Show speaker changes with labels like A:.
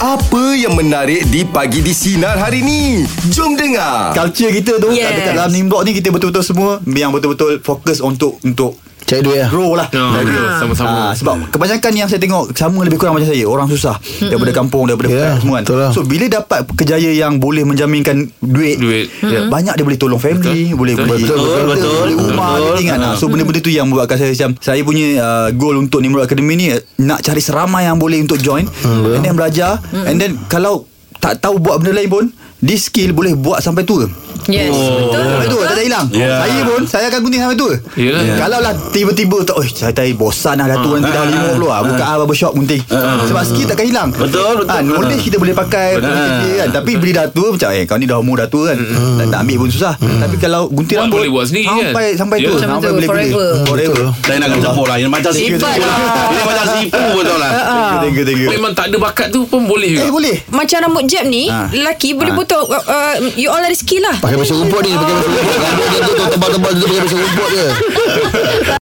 A: Apa yang menarik di pagi di sinar hari ni? Jom dengar.
B: Culture kita tu
C: Yes.
B: yes. Dekat dalam Nimbok ni Kita betul-betul semua Yang betul-betul fokus untuk Untuk
D: Cari duit lah
B: grow lah
E: No,
B: Cari duit.
E: no, Ya, sama-sama.
B: Ah, Sebab kebanyakan yang saya tengok Sama lebih kurang macam saya Orang susah Daripada kampung Daripada
D: Yeah,
B: yeah, semua kan
D: betul lah.
B: So bila dapat kerjaya yang Boleh menjaminkan duit,
E: Duit, ya.
B: yeah. Banyak dia boleh tolong family
E: Betul.
B: Boleh
E: Betul,
B: beli
E: betul,
B: kereta,
E: betul,
B: Beli
E: betul.
B: rumah
E: Betul. Hmm.
B: betul, kan? Ah, So benda-benda tu yang membuatkan saya macam Saya punya uh, goal untuk Nimrod Academy ni Nak cari seramai yang boleh untuk join
E: Hmm,
B: And then belajar And then kalau tak tahu buat benda lain pun This skill boleh buat sampai tua
C: Yes
E: Oh.
C: Betul
B: Sampai tua tak ada hilang
E: Ya.
B: Saya pun Saya akan gunting sampai tua
E: Yelah. Ya. Ah.
B: Kalau lah tiba-tiba tak, Oh saya tak bosan lah Datuk nanti dah 50 lah Buka ah, barbershop gunting Sebab skill takkan hilang
E: Betul, betul.
B: Ah, Knowledge kita boleh pakai bekerja kan. Tapi bila dah tua Macam eh kau ni dah umur dah tua kan Nak, nak ambil pun susah Tapi kalau gunting
E: Hmm. Buat-
B: rambut
E: boleh buat sendiri kan?
B: Sampai sampai
E: Ya.
B: tua
C: Macam
B: Sampai
C: tu,
B: boleh gunting.
C: forever.
B: Forever
F: Saya nak kena campur lah Yang macam sipu
C: Lipat
F: lah
C: lah.
F: Yang macam sipu betul lah
B: Ha, Thank you thank you
E: Memang tak ada bakat tu pun boleh juga
B: Ah. Eh boleh
C: Macam rambut jab ni
B: Ah.
C: Lelaki boleh potong uh, uh, You all ada skill lah
D: Pakai basuh rumput ni Pakai basuh rumput Rambut dia tu tu tebal-tebal Dia tu pakai basuh rumput je